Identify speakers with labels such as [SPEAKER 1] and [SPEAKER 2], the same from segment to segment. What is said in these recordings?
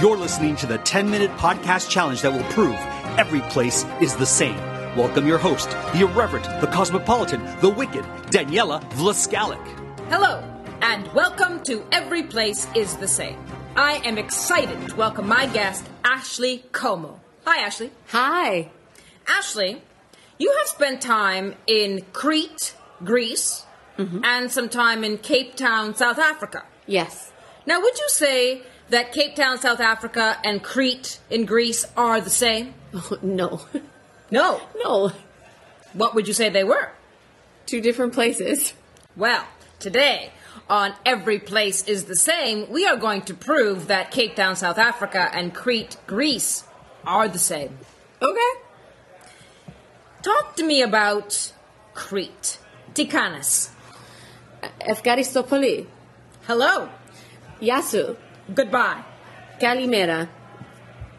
[SPEAKER 1] You're listening to the 10 minute podcast challenge that will prove every place is the same. Welcome your host, the irreverent, the cosmopolitan, the wicked, Daniela Vlaskalik.
[SPEAKER 2] Hello, and welcome to Every Place is the Same. I am excited to welcome my guest, Ashley Como. Hi, Ashley.
[SPEAKER 3] Hi.
[SPEAKER 2] Ashley, you have spent time in Crete, Greece, and some time in Cape Town, South Africa.
[SPEAKER 3] Yes.
[SPEAKER 2] Now, would you say that Cape Town, South Africa, and Crete in Greece are the same?
[SPEAKER 3] No.
[SPEAKER 2] No.
[SPEAKER 3] No.
[SPEAKER 2] What would you say they were?
[SPEAKER 3] Two different places.
[SPEAKER 2] Well, today on Every Place is the Same, we are going to prove that Cape Town, South Africa and Crete, Greece are the same.
[SPEAKER 3] Okay.
[SPEAKER 2] Talk to me about Crete. Tikanis.
[SPEAKER 3] Efkaristopoli.
[SPEAKER 2] Hello.
[SPEAKER 3] Yasu.
[SPEAKER 2] Goodbye.
[SPEAKER 3] Kalimera.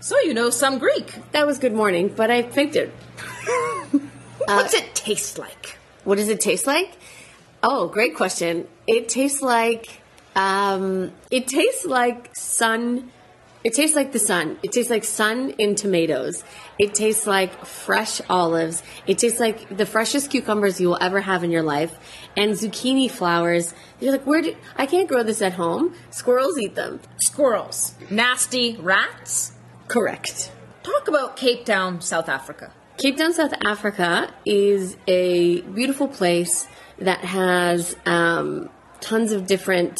[SPEAKER 2] So you know some Greek.
[SPEAKER 3] That was good morning, but I faked it.
[SPEAKER 2] What's it taste like?
[SPEAKER 3] What does it taste like? Oh, great question. It tastes like um it tastes like sun it tastes like the sun. It tastes like sun in tomatoes. It tastes like fresh olives. It tastes like the freshest cucumbers you will ever have in your life and zucchini flowers. You're like, "Where do I can't grow this at home. Squirrels eat them."
[SPEAKER 2] Squirrels. Nasty rats.
[SPEAKER 3] Correct.
[SPEAKER 2] Talk about Cape Town, South Africa.
[SPEAKER 3] Cape Town, South Africa is a beautiful place that has um, tons of different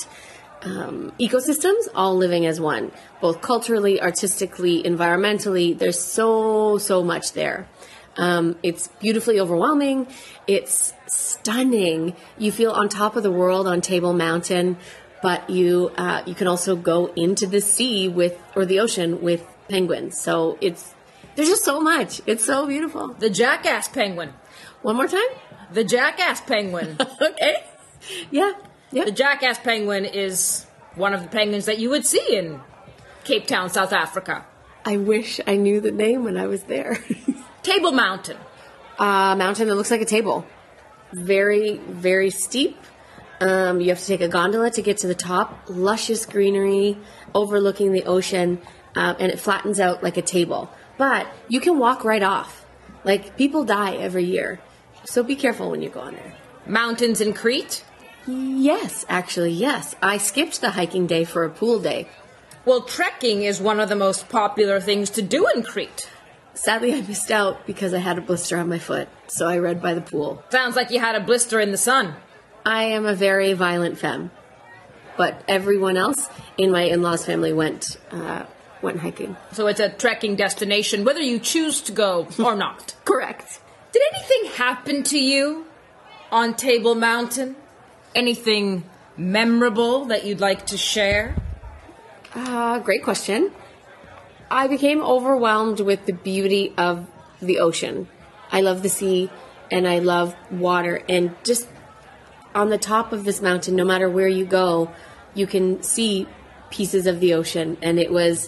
[SPEAKER 3] um, ecosystems all living as one, both culturally, artistically, environmentally. There's so, so much there. Um, it's beautifully overwhelming. It's stunning. You feel on top of the world on Table Mountain, but you uh, you can also go into the sea with or the ocean with penguins. So it's there's just so much. It's so beautiful.
[SPEAKER 2] The jackass penguin.
[SPEAKER 3] One more time.
[SPEAKER 2] The jackass penguin.
[SPEAKER 3] Okay. Yeah. Yeah.
[SPEAKER 2] The jackass penguin is one of the penguins that you would see in Cape Town, South Africa.
[SPEAKER 3] I wish I knew the name when I was there.
[SPEAKER 2] Table Mountain.
[SPEAKER 3] uh, mountain that looks like a table. Very, very steep. Um, you have to take a gondola to get to the top. Luscious greenery overlooking the ocean, um, and it flattens out like a table. But you can walk right off. Like people die every year, so be careful when you go on there.
[SPEAKER 2] Mountains in Crete.
[SPEAKER 3] Yes, actually, yes. I skipped the hiking day for a pool day.
[SPEAKER 2] Well, trekking is one of the most popular things to do in Crete.
[SPEAKER 3] Sadly, I missed out because I had a blister on my foot, so I read by the pool.
[SPEAKER 2] Sounds like you had a blister in the sun.
[SPEAKER 3] I am a very violent femme, but everyone else in my in-laws family went uh, went hiking.
[SPEAKER 2] So it's a trekking destination, whether you choose to go or not.
[SPEAKER 3] Correct.
[SPEAKER 2] Did anything happen to you on Table Mountain? Anything memorable that you'd like to share?
[SPEAKER 3] Uh, great question. I became overwhelmed with the beauty of the ocean. I love the sea and I love water. And just on the top of this mountain, no matter where you go, you can see pieces of the ocean. And it was,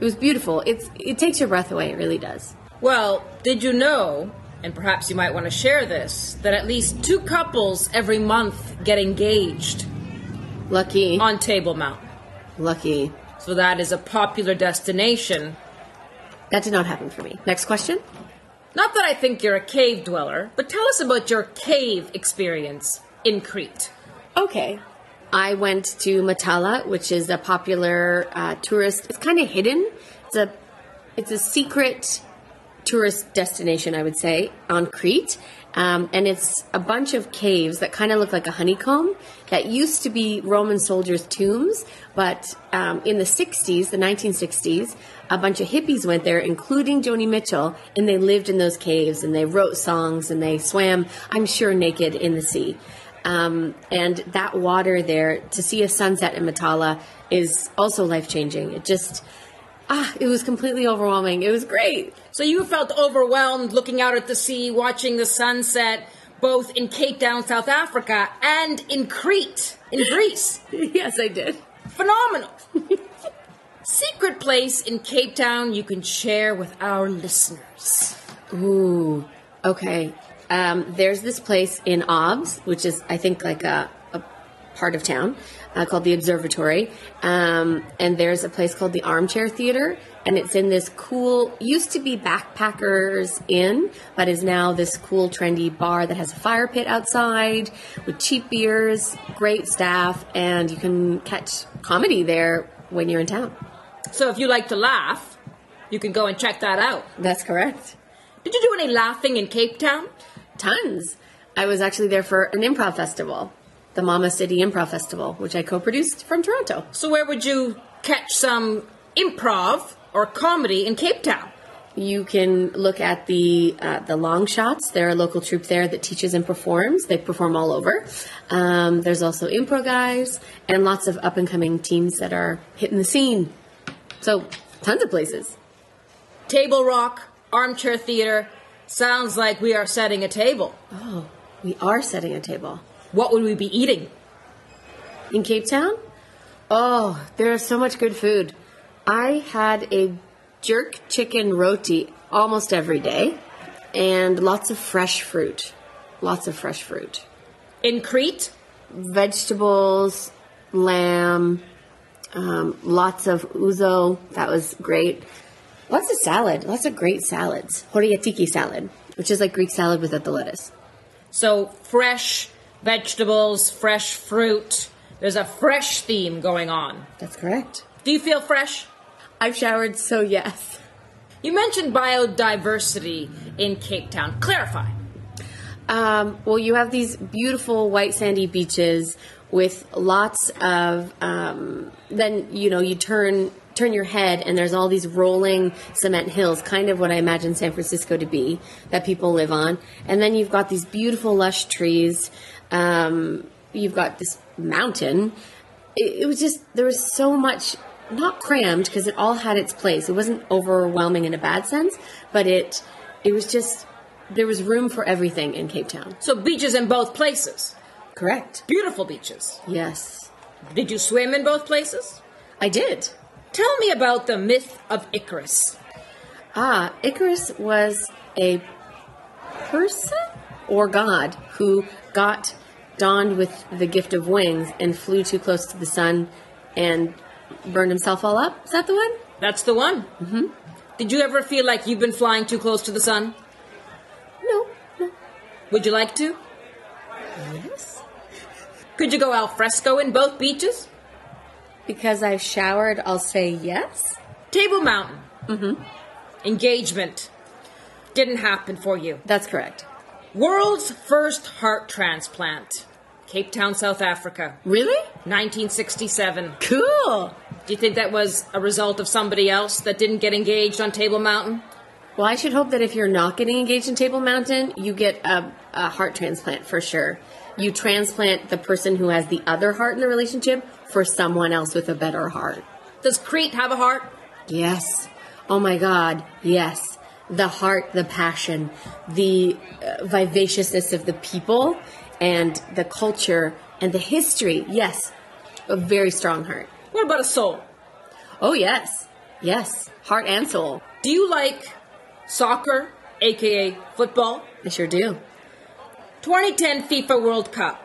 [SPEAKER 3] it was beautiful. It's, it takes your breath away. It really does.
[SPEAKER 2] Well, did you know, and perhaps you might want to share this, that at least two couples every month get engaged
[SPEAKER 3] Lucky.
[SPEAKER 2] on Table Mountain?
[SPEAKER 3] Lucky.
[SPEAKER 2] So that is a popular destination.
[SPEAKER 3] That did not happen for me. Next question.
[SPEAKER 2] Not that I think you're a cave dweller, but tell us about your cave experience in Crete.
[SPEAKER 3] Okay. I went to Matala, which is a popular uh, tourist. It's kind of hidden. It's a it's a secret tourist destination, I would say, on Crete, um, and it's a bunch of caves that kind of look like a honeycomb that used to be Roman soldiers' tombs. But um, in the '60s, the 1960s, a bunch of hippies went there, including Joni Mitchell, and they lived in those caves and they wrote songs and they swam, I'm sure, naked in the sea um, and that water there to see a sunset in Matala is also life changing. It just ah, it was completely overwhelming. It was great.
[SPEAKER 2] So you felt overwhelmed looking out at the sea, watching the sunset, both in Cape Town, South Africa, and in Crete, in Greece.
[SPEAKER 3] yes, I did.
[SPEAKER 2] Phenomenal. Secret place in Cape Town you can share with our listeners.
[SPEAKER 3] Ooh, okay. Um, there's this place in Obbs, which is I think like a, a part of town, uh, called the Observatory, um, and there's a place called the Armchair Theater, and it's in this cool used to be Backpackers Inn, but is now this cool trendy bar that has a fire pit outside with cheap beers, great staff, and you can catch comedy there when you're in town.
[SPEAKER 2] So if you like to laugh, you can go and check that out.
[SPEAKER 3] That's correct.
[SPEAKER 2] Did you do any laughing in Cape Town?
[SPEAKER 3] Tons. I was actually there for an improv festival, the Mama City Improv Festival, which I co produced from Toronto.
[SPEAKER 2] So where would you catch some improv or comedy in Cape Town?
[SPEAKER 3] You can look at the uh, the long shots. They're a local troupe there that teaches and performs. They perform all over. Um, there's also impro guys and lots of up and coming teams that are hitting the scene. So tons of places.
[SPEAKER 2] Table rock, armchair theater. Sounds like we are setting a table.
[SPEAKER 3] Oh, we are setting a table
[SPEAKER 2] What would we be eating?
[SPEAKER 3] in Cape Town. Oh, there is so much good food. I had a jerk chicken roti almost every day, and lots of fresh fruit. Lots of fresh fruit.
[SPEAKER 2] In Crete?
[SPEAKER 3] vegetables, lamb, um, lots of uzo. That was great. Lots of salad. Lots of great salads. Horiatiki salad, which is like Greek salad without the lettuce.
[SPEAKER 2] So fresh vegetables, fresh fruit. There's a fresh theme going on.
[SPEAKER 3] That's correct.
[SPEAKER 2] Do you feel fresh?
[SPEAKER 3] I've showered, so yes.
[SPEAKER 2] You mentioned biodiversity in Cape Town. Clarify.
[SPEAKER 3] Um, well, you have these beautiful white sandy beaches with lots of. Um, then you know you turn turn your head and there's all these rolling cement hills, kind of what I imagine San Francisco to be, that people live on. And then you've got these beautiful lush trees. Um, you've got this mountain. It, it was just there was so much. Not crammed because it all had its place. It wasn't overwhelming in a bad sense, but it it was just there was room for everything in Cape Town.
[SPEAKER 2] So beaches in both places.
[SPEAKER 3] Correct.
[SPEAKER 2] Beautiful beaches.
[SPEAKER 3] Yes.
[SPEAKER 2] Did you swim in both places?
[SPEAKER 3] I did.
[SPEAKER 2] Tell me about the myth of Icarus.
[SPEAKER 3] Ah, Icarus was a person or god who got donned with the gift of wings and flew too close to the sun and burned himself all up. Is that the one?
[SPEAKER 2] That's the one. Mm-hmm. Did you ever feel like you've been flying too close to the sun?
[SPEAKER 3] No. No.
[SPEAKER 2] Would you like to?
[SPEAKER 3] Yes.
[SPEAKER 2] Could you go al fresco in both beaches?
[SPEAKER 3] Because I've showered, I'll say yes.
[SPEAKER 2] Table Mountain. Mm-hmm. Engagement. Didn't happen for you.
[SPEAKER 3] That's correct.
[SPEAKER 2] World's first heart transplant. Cape Town, South Africa.
[SPEAKER 3] Really?
[SPEAKER 2] 1967.
[SPEAKER 3] Cool.
[SPEAKER 2] Do you think that was a result of somebody else that didn't get engaged on Table Mountain?
[SPEAKER 3] Well, I should hope that if you're not getting engaged in Table Mountain, you get a, a heart transplant for sure. You transplant the person who has the other heart in the relationship for someone else with a better heart.
[SPEAKER 2] Does Crete have a heart?
[SPEAKER 3] Yes. Oh my God. Yes. The heart, the passion, the uh, vivaciousness of the people and the culture and the history. Yes. A very strong heart.
[SPEAKER 2] What about a soul?
[SPEAKER 3] Oh, yes. Yes. Heart and soul.
[SPEAKER 2] Do you like soccer, aka football?
[SPEAKER 3] I sure do.
[SPEAKER 2] 2010 FIFA World Cup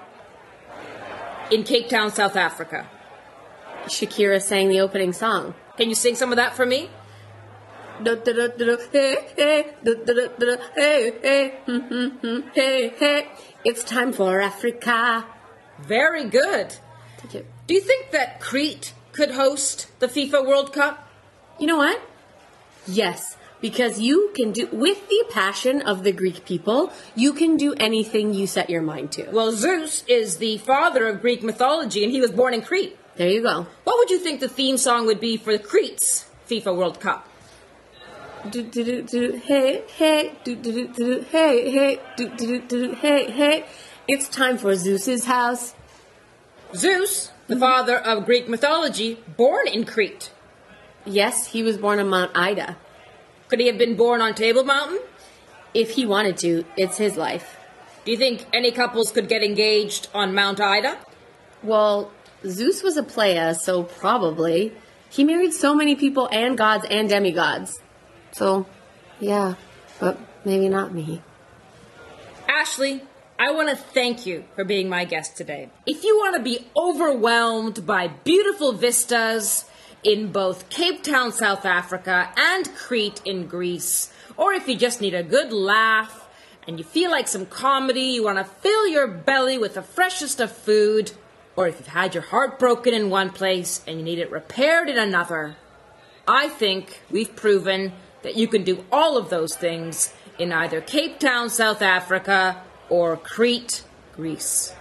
[SPEAKER 2] in Cape Town, South Africa.
[SPEAKER 3] Shakira sang the opening song.
[SPEAKER 2] Can you sing some of that for me?
[SPEAKER 3] Hmm, It's time for Africa.
[SPEAKER 2] Very good.
[SPEAKER 3] Thank you.
[SPEAKER 2] Do you think that Crete could host the FIFA World Cup?
[SPEAKER 3] You know what? Yes, because you can do, with the passion of the Greek people, you can do anything you set your mind to.
[SPEAKER 2] Well, Zeus is the father of Greek mythology and he was born in Crete.
[SPEAKER 3] There you go.
[SPEAKER 2] What would you think the theme song would be for Crete's FIFA World Cup?
[SPEAKER 3] Do, do, do, do, hey, hey, do, do, do, do, do, hey, hey, do, do, do, do, do, hey, hey. It's time for Zeus's house.
[SPEAKER 2] Zeus, the father of Greek mythology, born in Crete.
[SPEAKER 3] Yes, he was born on Mount Ida.
[SPEAKER 2] Could he have been born on Table Mountain?
[SPEAKER 3] If he wanted to, it's his life.
[SPEAKER 2] Do you think any couples could get engaged on Mount Ida?
[SPEAKER 3] Well, Zeus was a playa, so probably. He married so many people and gods and demigods. So, yeah, but maybe not me.
[SPEAKER 2] Ashley, I want to thank you for being my guest today. If you want to be overwhelmed by beautiful vistas in both Cape Town, South Africa, and Crete in Greece, or if you just need a good laugh and you feel like some comedy, you want to fill your belly with the freshest of food, or if you've had your heart broken in one place and you need it repaired in another, I think we've proven that you can do all of those things in either Cape Town, South Africa, or Crete, Greece.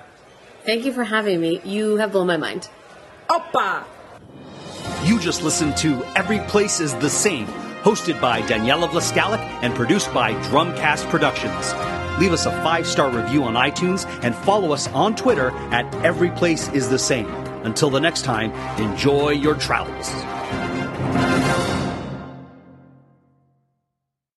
[SPEAKER 3] Thank you for having me. You have blown my mind.
[SPEAKER 2] Oppa!
[SPEAKER 1] You just listened to Every Place is the Same, hosted by Daniela Vlaskalik and produced by Drumcast Productions. Leave us a five star review on iTunes and follow us on Twitter at Every Place is the Same. Until the next time, enjoy your travels.